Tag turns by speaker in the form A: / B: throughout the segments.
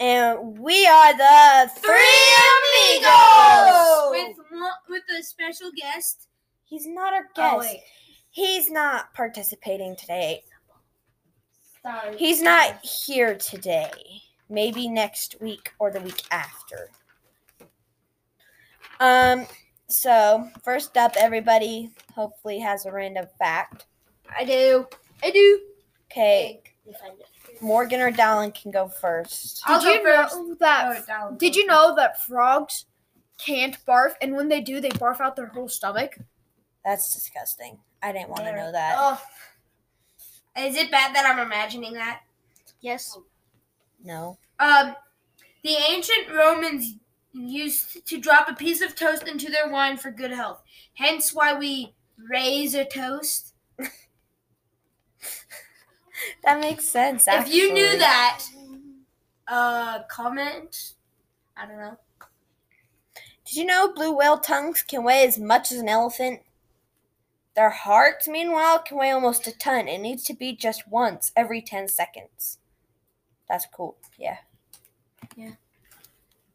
A: And we are the Three Amigos!
B: with one, with a special guest.
A: He's not our guest.
B: Oh wait,
A: He's not participating today.
B: sorry.
A: He's not here today. Maybe next week or the week after. Um, so first up, everybody hopefully has a random fact.
B: I do. I do.
A: Okay,
B: If I do.
A: Morgan or Dallin can go first.
B: I'll
C: Did you
B: go first.
C: know that?
B: Oh, down.
C: Did you know that frogs can't barf, and when they do, they barf out their whole stomach?
A: That's disgusting. I didn't want to
B: There. Oh.
A: know that.
B: Ugh. Is it bad that I'm imagining that?
C: Yes.
A: No.
B: Um, the ancient Romans used to drop a piece of toast into their wine for good health. Hence, why we raise a toast.
A: That makes sense.
B: If you knew
A: actually.
B: that, uh, comment. I don't know.
A: Did you know blue whale tongues can weigh as much as an elephant? Their hearts, meanwhile, can weigh almost a ton and needs to beat just once every 10 seconds. That's cool. Yeah.
B: Yeah.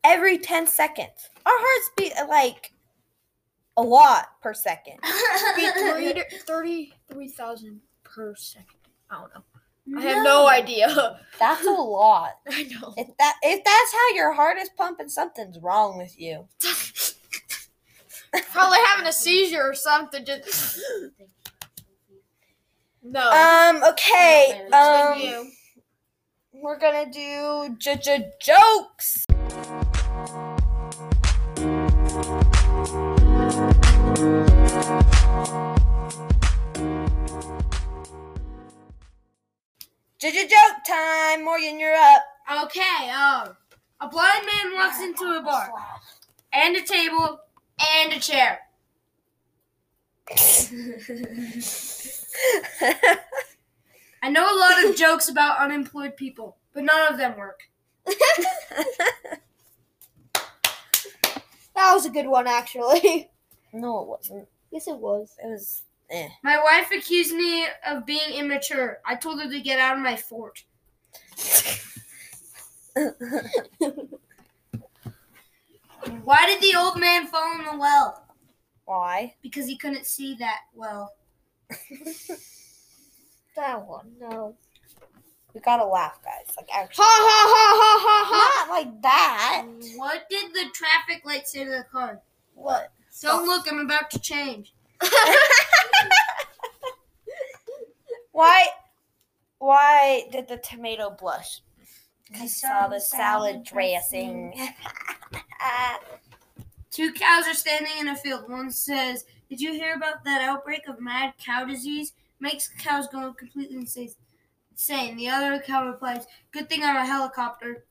A: Every 10 seconds. Our hearts beat uh, like a lot per second.
C: Be 33,000 per second. I don't know. I have no idea.
A: That's a lot.
C: I know.
A: If that if that's how your heart is pumping, something's wrong with you.
C: Probably having a seizure or something. Just no.
A: Um, okay.
B: It's
C: Just
A: Um
C: like you.
A: We're gonna do j- j- jokes. J- j- joke time. Morgan, you're up.
B: Okay, um, a blind man walks into a bar, and a table, and a chair. I know a lot of jokes about unemployed people, but none of them work.
C: that was a good one, actually.
A: no, it wasn't.
C: yes, it was.
A: It was. Eh.
B: My wife accused me of being immature. I told her to get out of my fort. Why did the old man fall in the well?
A: Why?
B: Because he couldn't see that well.
C: That one. No.
A: We gotta laugh, guys. Like
C: Ha
A: actually,
C: ha ha ha ha ha.
A: not like that.
B: What did the traffic light say to the car?
A: What?
B: Don't look, I'm about to change.
A: Why? Why did the tomato blush? I saw the salad dressing.
B: Two cows are standing in a field. One says, Did you hear about that outbreak of mad cow disease? Makes cows go completely insa- insane. The other cow replies, Good thing I'm a helicopter.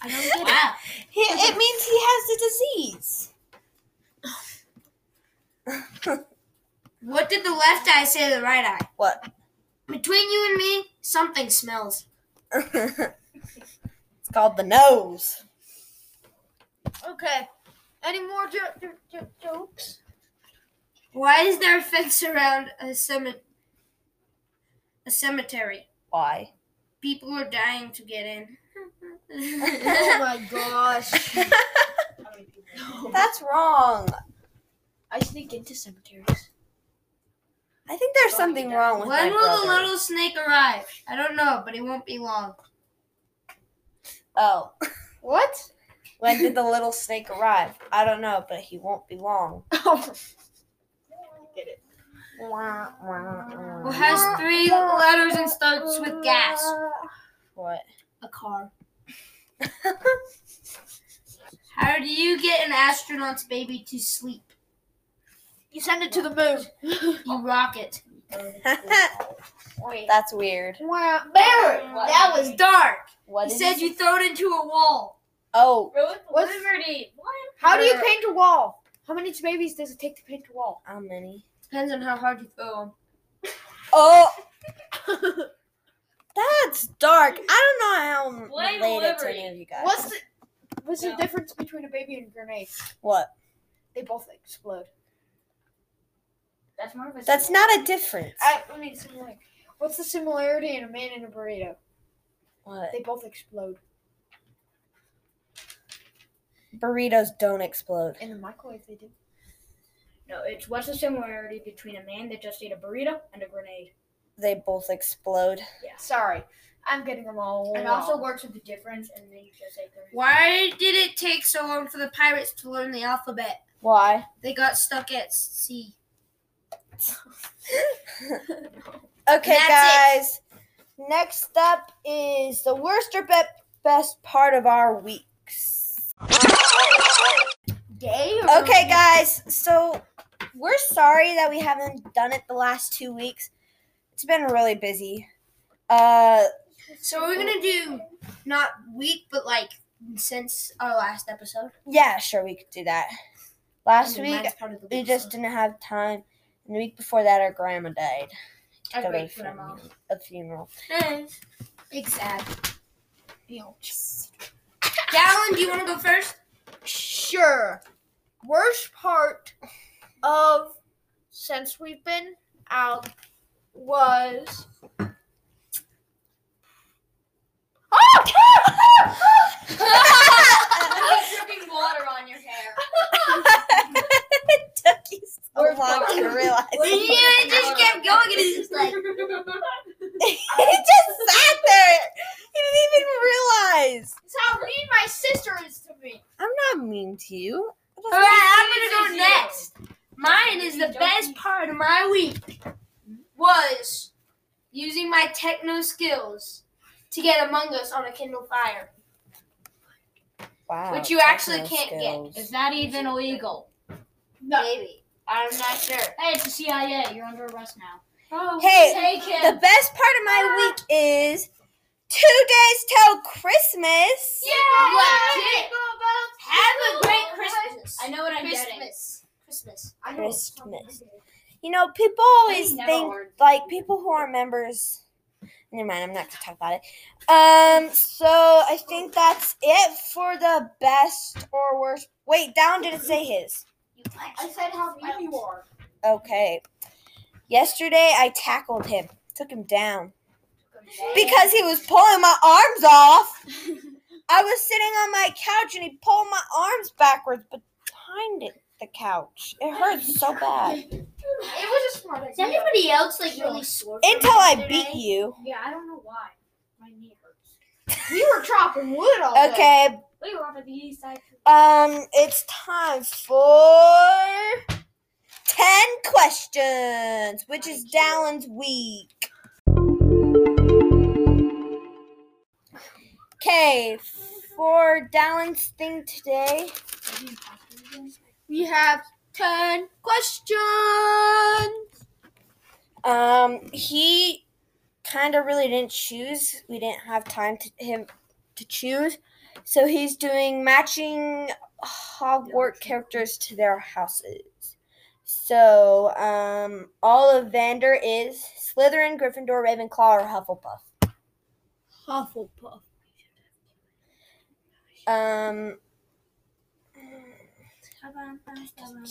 B: I don't get it.
A: He- it means he has the disease.
B: What did the left eye say to the right eye?
A: what?
B: Between you and me, something smells.
A: it's called the nose.
C: Okay. Any more jo- jo- jo- jokes?
B: Why is there a fence around a, ceme- a cemetery?
A: Why?
B: People are dying to get in.
C: oh my gosh.
A: That's wrong.
C: I sneak into cemeteries.
A: I think there's something wrong with
B: when
A: my
B: will the
A: brother.
B: little snake arrive? I don't know, but it won't be long.
A: Oh,
C: What?
A: when did the little snake arrive? I don't know, but he won't be long.
C: Get it.
A: Wah, wah, wah.
B: Well, has three letters and starts with gas.
A: what?
B: A car. How do you get an astronaut's baby to sleep?
C: You send it to the moon.
B: You rocket.
A: That's weird.
C: Wow.
B: Barrett, that was dark.
A: What
B: You
A: did
B: said
A: he
B: you throw it into a wall.
A: Oh,
C: What's-
B: Liberty. What?
C: How do you paint a wall? How many babies does it take to paint a wall?
A: how many?
B: Depends on how hard you throw them.
A: Oh. That's dark. I don't know how I'm
D: Blame
A: related to
D: Liberty.
A: any of you guys.
C: What's the What's
D: No.
C: the difference between a baby and a grenade?
A: What?
C: They both explode.
D: That's more of a.
A: That's not a difference.
C: I, I mean, similar. What's the similarity in a man and a burrito?
A: What?
C: They both explode
A: Burritos don't explode.
C: in the microwave. They do.
D: No, it's what's the similarity between a man that just ate a burrito and a grenade?
A: They both explode.
C: Sorry, I'm getting them all.
D: It
C: wrong.
D: also works with the difference, and then you just say grenade.
B: Why did it take so long for the pirates to learn the alphabet?
A: Why?
B: They got stuck at sea.
A: Okay,
B: That's
A: guys. Next up is the worst or be- best part of our weeks.
D: Day or
A: Okay, guys. So we're sorry that we haven't done it the last two weeks. It's been really busy. Uh,
B: So we're gonna do not week, but like since our last episode.
A: yeah, sure, we could do that. Last
B: I mean,
A: week
B: mine's part of the
A: we
B: week,
A: just
B: so-
A: didn't have time, and the week before that, our grandma died.
B: I
A: Go to a
B: agree, grandma.
A: funeral- a funeral.
B: Exactly. Dallin, do you want to go first?
C: Sure. Worst part of since we've been out was.
D: dripping water on your hair.
A: it took you so
D: We're
A: long to
D: fine.
A: realize.
B: Yeah, it just kept going. and It's just like
A: he just sat there. He didn't even realize.
D: That's how mean my sister is to me.
A: I'm not mean to you.
B: All right, I'm gonna
D: This is
B: go next. Mine is the
D: Don't
B: best
D: eat.
B: part of my week was using my techno skills to get Among Us on a Kindle Fire,
A: Wow.
B: which you actually
A: techno
B: can't
A: skills.
B: get.
D: Is that even illegal?
B: Maybe I'm not sure.
D: Hey, it's the CIA. You're under arrest now.
B: Oh,
A: Hey,
D: Take
A: the
D: him.
A: best part of my week is two days till Christmas.
B: legit. Have a great
D: I
B: Christmas.
D: know what I'm getting.
B: Christmas. Christmas.
D: I know it's something
A: Christmas.
D: to do.
A: You know, people always
D: never
A: think
D: learned.
A: like people who are members. Never mind, I'm not gonna talk about it. Um, so I think that's it for the best or worst. Wait, Down didn't say his.
D: I said how mean you are.
A: Okay. Yesterday I tackled him, took him down because he was pulling my arms off. I was sitting on my couch and he pulled my arms backwards behind it. The couch. It hurts so bad.
D: It was a smart
B: Is anybody else like really sore? from
A: Until I
B: yesterday?
A: beat you.
D: Yeah, I don't know why. My knee hurts.
C: We were chopping wood all day.
A: Okay,
D: We were up at the east side.
A: Um, it's time for ten questions, which is Dallin's week. Okay, for Dallin's thing today,
C: We have ten questions.
A: um, he kind of really didn't choose. We didn't have time to him to choose, so he's doing matching Hogwarts characters to their houses. So, um, all of Vander is Slytherin, Gryffindor, Ravenclaw, or Hufflepuff.
C: Hufflepuff.
A: Um,
D: Oh
B: Oh
A: Um,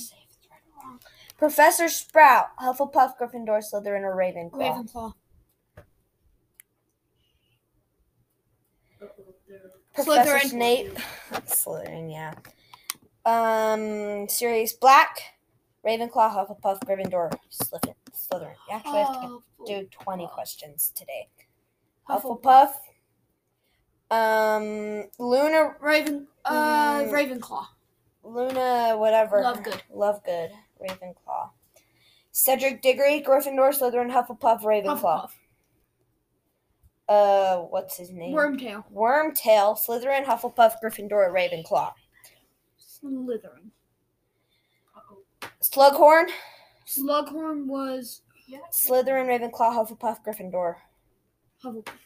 A: Professor Sprout, Hufflepuff, Gryffindor, Slytherin, or Ravenclaw.
C: Ravenclaw.
A: Professor
C: Slytherin.
A: Snape, Slytherin, yeah. Um, Sirius Black, Ravenclaw, Hufflepuff, Gryffindor, Slytherin. Slytherin. You actually have to do twenty questions today. Hufflepuff. Um, Luna,
C: Raven. Uh,
A: Mm.
C: Ravenclaw.
A: Luna, whatever.
C: Lovegood.
A: Lovegood, Ravenclaw. Cedric Diggory, Gryffindor, Slytherin, Hufflepuff, Ravenclaw.
C: Hufflepuff.
A: Uh, what's his name?
C: Wormtail.
A: Wormtail, Slytherin, Hufflepuff, Gryffindor, Ravenclaw.
C: Slytherin.
A: Slughorn,
C: Slughorn was
A: Slytherin, Ravenclaw, Hufflepuff, Gryffindor.
C: Hufflepuff.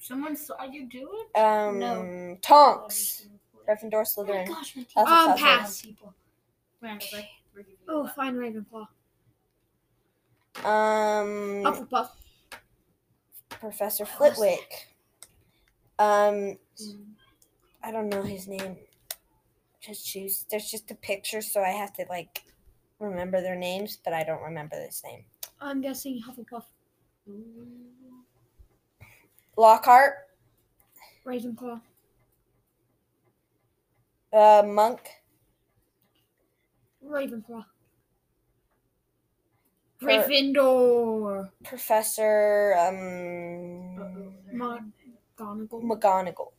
D: Someone saw you do it?
A: Um, Tonks, Gryffindor, Slytherin.
B: Oh
D: Gosh, my teeth
A: Hufflepuff,
C: Um,
A: Ravenclaw.
C: pass.
D: Randall, right?
C: Oh, fine, Ravenclaw.
A: Um,
C: Hufflepuff.
A: Professor Flitwick. Um,
D: Mm.
A: I don't know his name. Just choose. There's just a picture, so I have to like remember their names, but I don't remember this name.
C: I'm guessing Hufflepuff.
A: Lockhart,
C: Raven Claw.
A: Uh, monk.
C: Raven Claw.
A: Per-
C: Gryffindor.
A: Professor um
C: McGonagall.
A: McGonagall.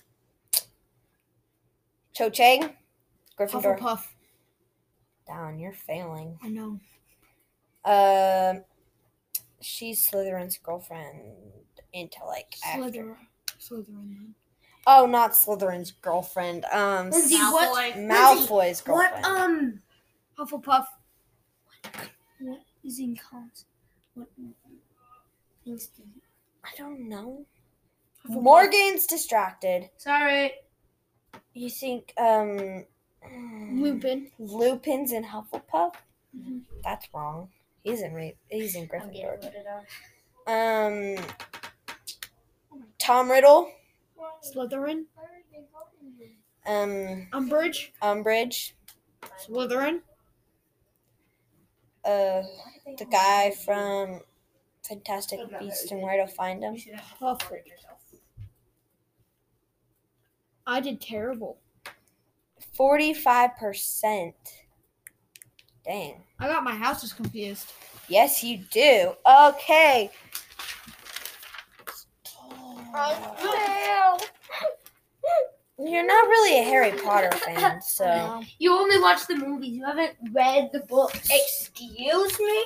A: Cho Chang. Gryffindor.
C: Hufflepuff.
A: Down, you're failing.
C: I know.
A: Um, she's Slytherin's girlfriend into like after.
C: Slytherin. Slytherin.
A: Oh, not Slytherin's girlfriend. Um,
B: Lindsay,
A: Sal-
B: what?
A: Malfoy's girlfriend.
B: What um
C: Hufflepuff.
B: what is in cons? What things do you-
A: I don't know.
C: Hufflepuff.
A: Morgan's distracted.
B: Sorry.
A: You think um
C: Lupin.
A: Lupin's in Hufflepuff?
C: Mhm.
A: That's wrong. He's in Ra- he's in
D: Mm-hmm. I'm getting
A: Gryffindor.
D: voted out.
A: Um, Tom Riddle.
C: Slytherin.
A: Um,
C: Umbridge.
A: Umbridge.
C: Slytherin.
A: Uh, the guy from Fantastic Beasts and Where to Find Him.
D: You should have
C: Huff.
D: voted yourself.
C: I did terrible.
A: Forty-five percent. Dang.
C: I got my houses confused.
A: Yes, you do. Okay.
C: Oh,
A: You're not really a Harry Potter fan, so.
B: You only watch the movies. You haven't read the books.
D: Excuse me?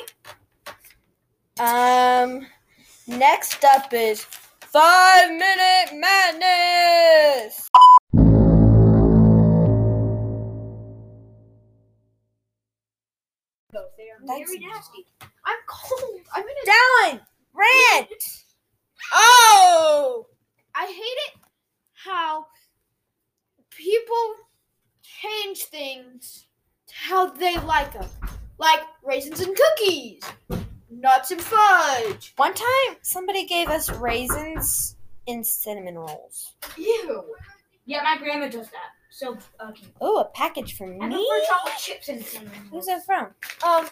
A: Um, next up is Five Minute Madness.
D: No, they are
A: That's-
D: very nasty.
C: I'm cold. I'm in a.
A: Dylan, rant. Oh,
C: I hate it how people change things to how they like them, like raisins and cookies, nuts and fudge.
A: one time somebody gave us raisins in cinnamon rolls.
D: Ew. Yeah, my grandma does that. So, okay.
A: Oh, a package for me.
D: I prefer chocolate chips and cinnamon.
A: Who's that from?
C: Um,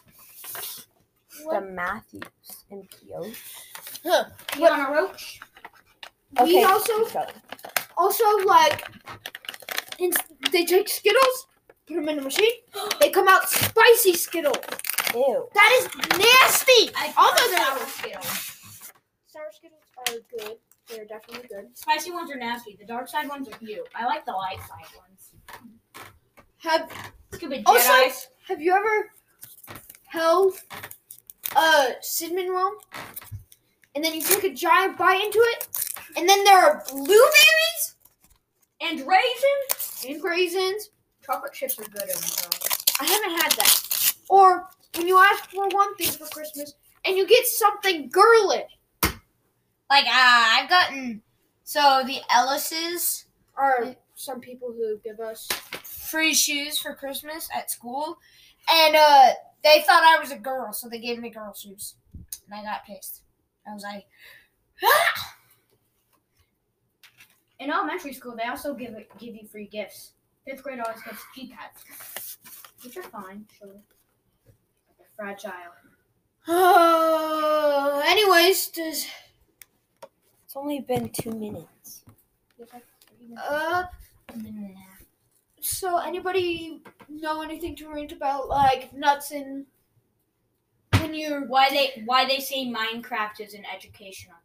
A: The Matthews and Pio.
D: You want a roach?
C: we also also like in, they take Skittles, put them in a machine. They come out spicy Skittles.
A: ew.
C: That is nasty.
D: I
C: All
D: prefer
C: those-
D: sour Skittles.
C: Sour Skittles are good. They're definitely good.
D: Spicy ones are nasty. The dark side ones are cute. I like the light side ones.
C: Have
D: Stupid
C: Also-
D: Jedi's.
C: Have you ever held a cinnamon roll and then you take a giant bite into it, and then there are blueberries
D: And raisins?
C: and raisins?
D: Chocolate chips are good in them,
C: I haven't had that. Or when you ask for one thing for Christmas and you get something girlish
B: Like ah, I've gotten so the Ellis's
C: are some people who give us.
B: free shoes for Christmas at school, and uh, they thought I was a girl, so they gave me girl shoes, and I got pissed. I was like,
D: In elementary school, they also give it, give you free gifts. Fifth grade always gets keypads, which are fine. Sure. They're fragile.
C: Oh, anyways, does
A: It's only been two minutes.
C: uh
D: Mm.
C: So, anybody know anything to rant about, like nuts and when you're
D: Why they why they say Minecraft isn't educational?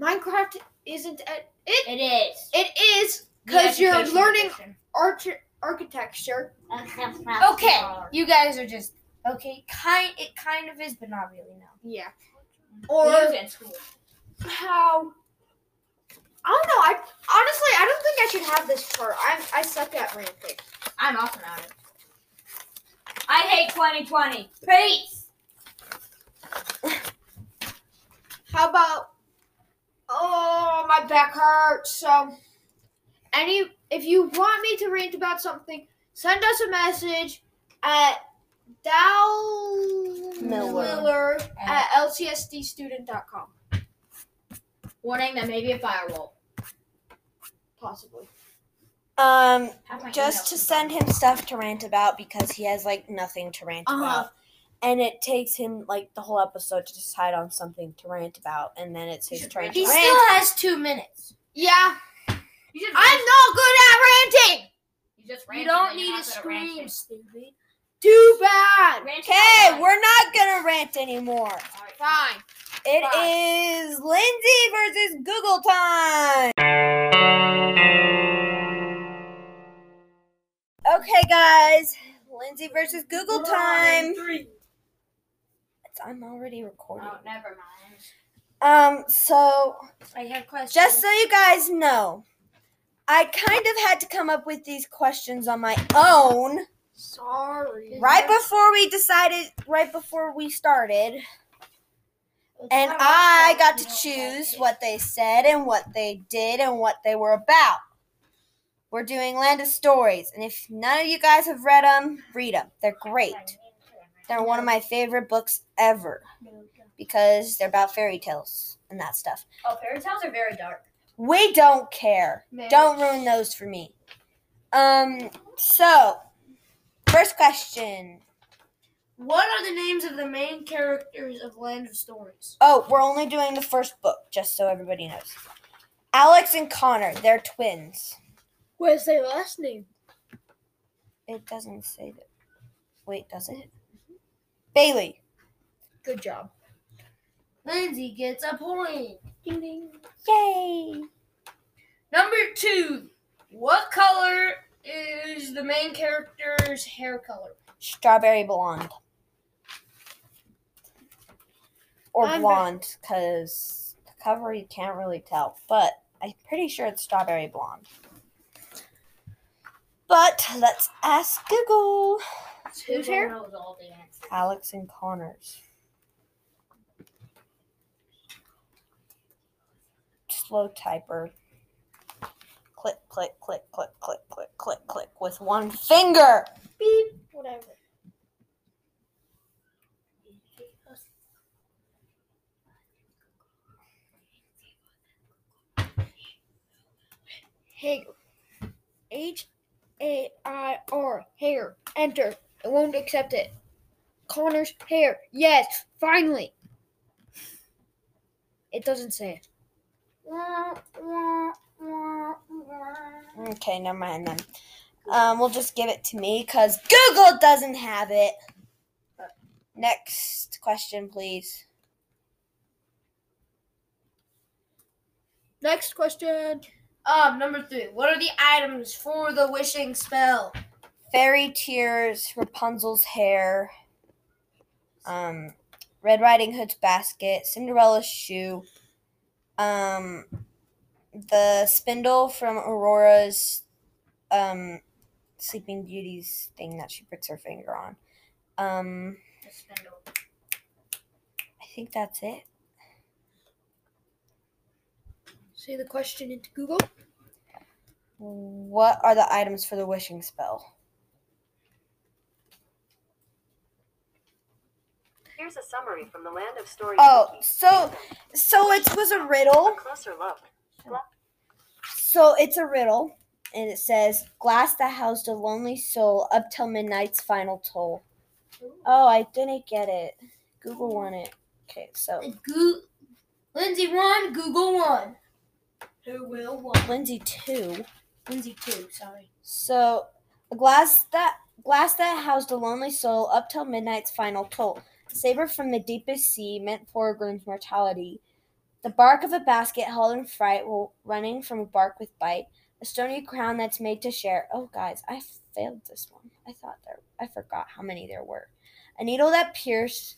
C: Minecraft isn't at, it?
D: It is.
C: It is
D: The
C: because you're
D: educational
C: learning
D: edition.
C: arch- architecture.
B: okay, you guys are just okay. Kind, it kind of is, but not really. No.
C: Yeah.
D: Or
C: Or
D: in school.
C: how? I don't know. I honestly, I don't think I should have this part. I I suck at ranting.
D: I'm awesome at it. I hate 2020. Peace.
C: How about? Oh, my back hurts. So, any if you want me to rant about something, send us a message at Dow
A: Miller.
C: Miller at lcsdstudent.com.
D: Warning: There may be a firewall.
C: Possibly.
A: Um,
D: Have my
A: just to
D: email.
A: send him stuff to rant about because he has like nothing to rant
C: Uh-huh.
A: about. And it takes him like the whole episode to decide on something to rant about, and then it's his
D: should
A: turn
D: rant
A: to
B: He
A: rant.
B: still has two minutes.
C: Yeah.
D: You just
C: I'm not good at ranting.
D: you just
B: You
D: ranting
B: don't
D: and you're
B: need to
D: not good at
B: scream,
D: ranting.
B: stupid.
C: Too bad.
D: Ranting out
A: Okay,
D: loud.
A: we're not gonna rant anymore.
D: All right,
C: Fine.
A: It
C: Fine.
A: is Lindsay versus Google time. Okay, guys, Lindsay versus Google time. It's- I'm already recording.
D: Oh, never mind.
A: Um, so
B: I have questions.
A: just so you guys know, I kind of had to come up with these questions on my own
C: Sorry.
A: right before we decided, right before we started. And
D: Alright,
A: I got to
D: you know
A: choose what they said and what they did and what they were about. We're doing Land of Stories, and if none of you guys have read them, read them. They're great. They're one of my favorite books ever because they're about fairy tales and that stuff.
D: Oh, fairy tales are very dark.
A: We don't care. Don't ruin those for me. Um, so first question.
B: What are the names of the main characters of Land of Stories?
A: Oh, we're only doing the first book, just so everybody knows. Alex and Connor, they're twins.
C: Where's their last name?
A: It doesn't say that. Wait, does it? Bailey.
C: Good job.
B: Lindsay gets a point.
C: Ding ding.
A: Yay.
B: Number two. What color is the main character's hair color?
A: Strawberry blonde. Or
C: I'm ba-
A: blonde, because the cover you can't really tell. But I'm pretty sure it's strawberry blonde. But let's ask Google.
C: Who's here?
D: Google knows all the answers.
A: Alex and Connors. Slow typer. Click, click, click, click, click, click, click, click with one finger.
C: Beep. Whatever. Hair. H A I R. Hair. Enter. It won't accept it. Connor's hair. Yes. Finally. It doesn't say it.
A: Okay, never mind then. Um, we'll just give it to me because Google doesn't have it. Next question, please.
C: Next question.
B: Um, number three. What are the items for the wishing spell?
A: Fairy Tears, Rapunzel's hair, um, Red Riding Hood's basket, Cinderella's shoe, um, the spindle from Aurora's um, Sleeping Beauty's thing that she pricks her finger on. Um,
D: The spindle.
A: I think that's it.
C: Say the question into Google.
A: What are the items for the wishing spell?
E: Here's a summary from the land of stories.
A: Oh,
E: wiki.
A: so so it was a riddle.
E: A closer look.
A: So it's a riddle, and it says, "Glass that housed a lonely soul up till midnight's final toll." Oh, I didn't get it. Google won it. Okay, so
B: Go- Lindsay one, Google one.
D: Who will what?
A: Lindsay two.
B: Lindsay two, sorry.
A: So a glass that glass that housed a lonely soul up till midnight's final toll. Saber from the deepest sea meant Foreground's mortality. The bark of a basket held in fright while running from a bark with bite. A stony crown that's made to share. Oh, guys, I failed this one. I thought there, I forgot how many there were. A needle that pierced.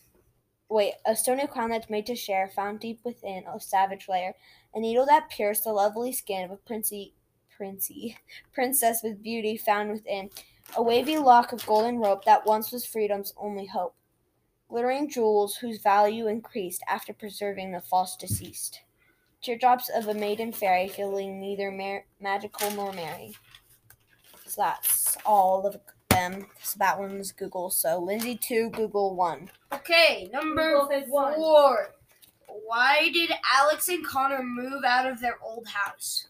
A: Wait, a stony crown that's made to share, found deep within a savage lair. A needle that pierced the lovely skin of a princey, princey, princess with beauty found within. A wavy lock of golden rope that once was freedom's only hope glittering jewels whose value increased after preserving the false deceased. Teardrops of a maiden fairy feeling neither mer- magical nor merry. So that's all of them. So that one was Google. So Lindsay 2, Google 1.
B: Okay, number
D: Google says one.
B: four. Why did Alex and Connor move out of their old house?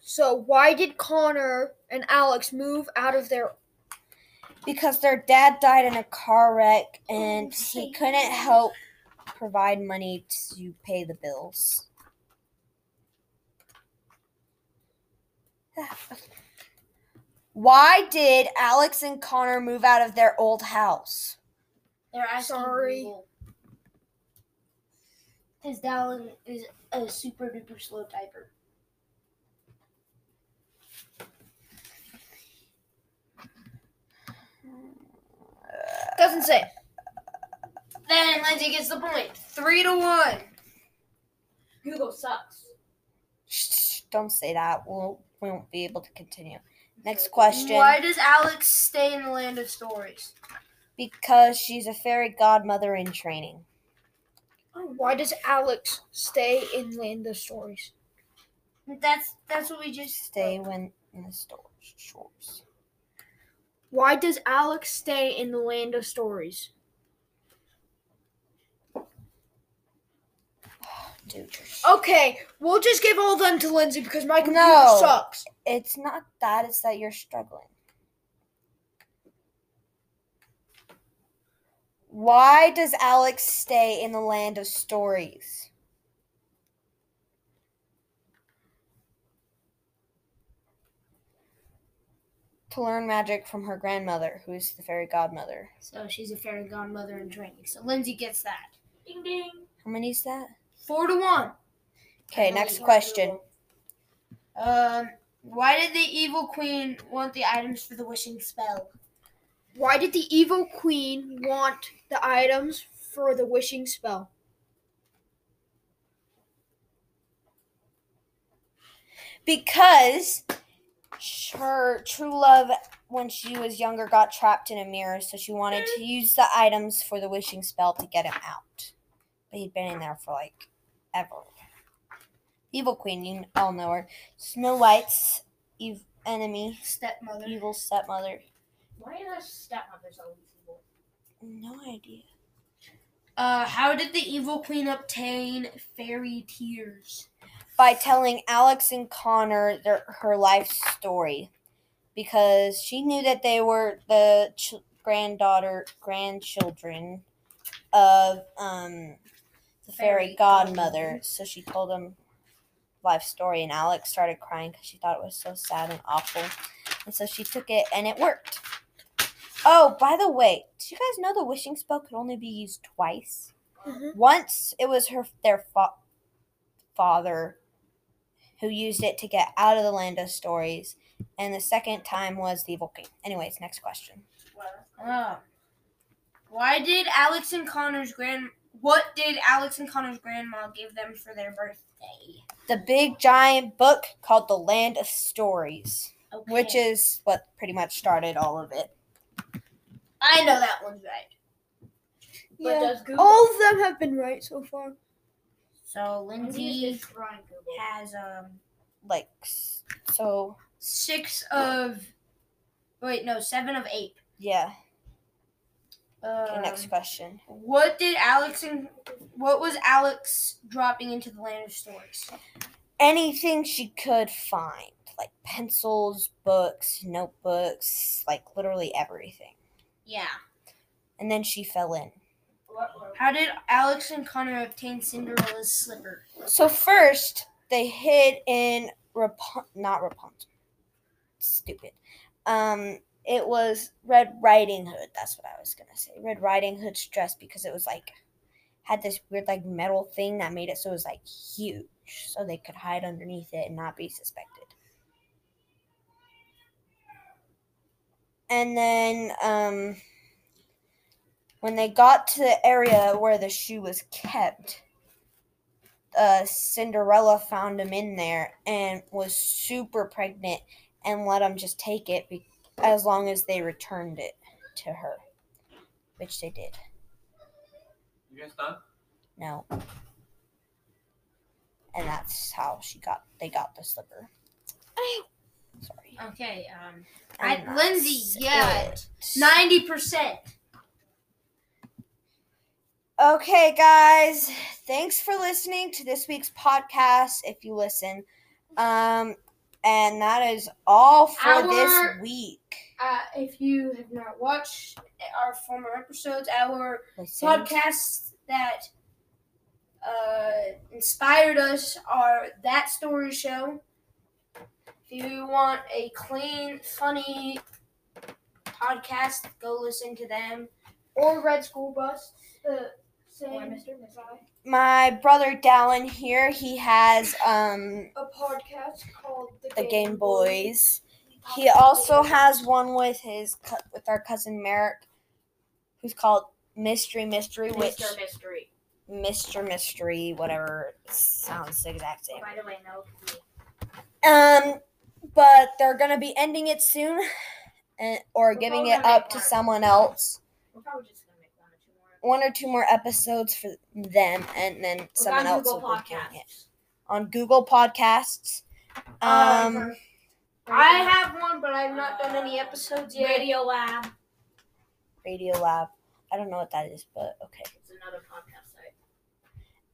C: So why did Connor and Alex move out of their
A: Because their dad died in a car wreck
B: Oh,
A: and he couldn't help provide money to pay the bills. Why did Alex and Connor move out of their old house?
B: They're asking
C: Sorry.
B: Because Dallin is a super duper slow typer.
C: Doesn't say.
B: Then Lindsay gets the point. Three to one.
D: Google sucks.
A: Shh, shh, don't say that. We'll, we won't be able to continue. Next question.
B: Why does Alex stay in the land of stories?
A: Because she's a fairy godmother in training.
C: Why does Alex stay in Land of Stories?
B: That's that's what we just
A: Stay when in the store shores.
C: Why does Alex stay in the Land of Stories?
A: Dude, you're sh-
C: Okay, we'll just give all them to Lindsay because my computer
A: No.
C: sucks.
A: it's not that. It's that you're struggling. Why does Alex stay in the land of stories? To learn magic from her grandmother, who is the fairy godmother.
B: So she's a fairy godmother in training. So Lindsay gets that.
D: Ding ding.
A: How many is that?
B: Four to one.
A: Okay, next question.
B: Um, why did the evil queen want the items for the wishing spell?
C: Why did the evil queen want the items for the wishing spell?
A: Because sh- her true love, when she was younger, got trapped in a mirror, so she wanted to use the items for the wishing spell to get him out. But he'd been in there for like ever. Evil Queen, you all know her. Snow White's ev- enemy,
B: Stepmother.
A: evil stepmother.
D: Why are the stepmothers always evil?
A: No idea.
B: Uh, how did the evil queen obtain fairy tears?
A: by telling Alex and Connor their her life story because she knew that they were the ch- granddaughter grandchildren of um, the fairy
D: Fairy
A: godmother. So she told them life story, and Alex started crying because she thought it was so sad and awful. And so she took it, and it worked. Oh, by the way, did you guys know the wishing spell could only be used twice?
C: Mhm.
A: Once it was her their fa- father who used it to get out of the land of stories, and the second time was the evil king. Anyways, next question.
B: Oh. Why did Alex and Connor's grand? What did Alex and Connor's grandma give them for their birthday?
A: The big giant book called The Land of Stories,
B: Okay.
A: which is what pretty much started all of it.
B: I know that one's right.
D: But does Google?
C: All of them have been right so far.
B: So
D: Lindsay
B: Lindsay
D: is trying Google.
B: has um
A: Like, s- so
B: six of, wait no seven of eight.
A: yeah. Okay,
B: Um,
A: next question.
B: What did Alex and what was Alex dropping into the land of stories?
A: Anything she could find, like pencils, books, notebooks, like literally everything.
B: Yeah.
A: And then she fell in.
B: How did Alex and Connor obtain Cinderella's slipper?
A: So first, they hid in Rapun- not Rapunzel. Stupid. Um, it was Red Riding Hood. That's what I was gonna say. Red Riding Hood's dress because it was like had this weird like metal thing that made it so it was like huge, so they could hide underneath it and not be suspected. And then um, when they got to the area where the shoe was kept uh, Cinderella found him in there and was super pregnant and let him just take it be- as long as they returned it to her, which they did.
F: You guys done?
A: No. And that's how she got they got the slipper. Sorry.
B: Okay, um, I,
A: And
B: Lindsay,
A: that's
B: yeah,
A: it.
B: ninety percent.
A: Okay, guys, thanks for listening to this week's podcast. If you listen, um, and that is all for
B: Our-
A: this week.
B: Uh, if you have not watched our former episodes, our
A: Listen.
B: podcasts that uh, inspired us are that story show, If you want a clean, funny podcast, go listen to them.
C: Or Red School Bus.
B: Uh,
C: The
D: Or
C: same.
D: Mr. Mizai.
A: My brother Dallin here, he has um
C: A podcast called The,
A: the Game Boys. He also has one with his cu- with our cousin Merrick, who's called Mystery Mystery Witch
D: Mr. Mystery.
A: Mr. Mystery, whatever sounds the exact
D: Oh,
A: same.
D: by the way, no.
A: Um, but they're gonna be ending it soon, and, or
D: We're
A: giving
D: probably
A: it
D: gonna make
A: up to
D: one.
A: someone else.
D: We're probably just gonna make one or two more.
A: One or two more episodes for them, and then
D: It's
A: someone
D: on
A: else
D: Google
A: will be doing it
D: Podcasts.
A: on Google Podcasts.
D: Uh,
A: Um,
B: I have one, but I've not done any episodes yet.
D: Radio Lab.
A: Radio Lab. I don't know what that is, but okay.
D: It's another podcast site.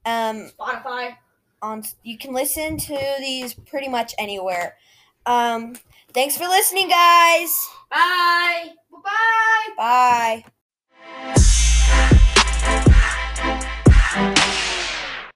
A: Um,
D: Spotify.
A: on you can listen to these pretty much anywhere. Um, thanks for listening, guys.
B: Bye.
C: Bye bye!
A: Bye.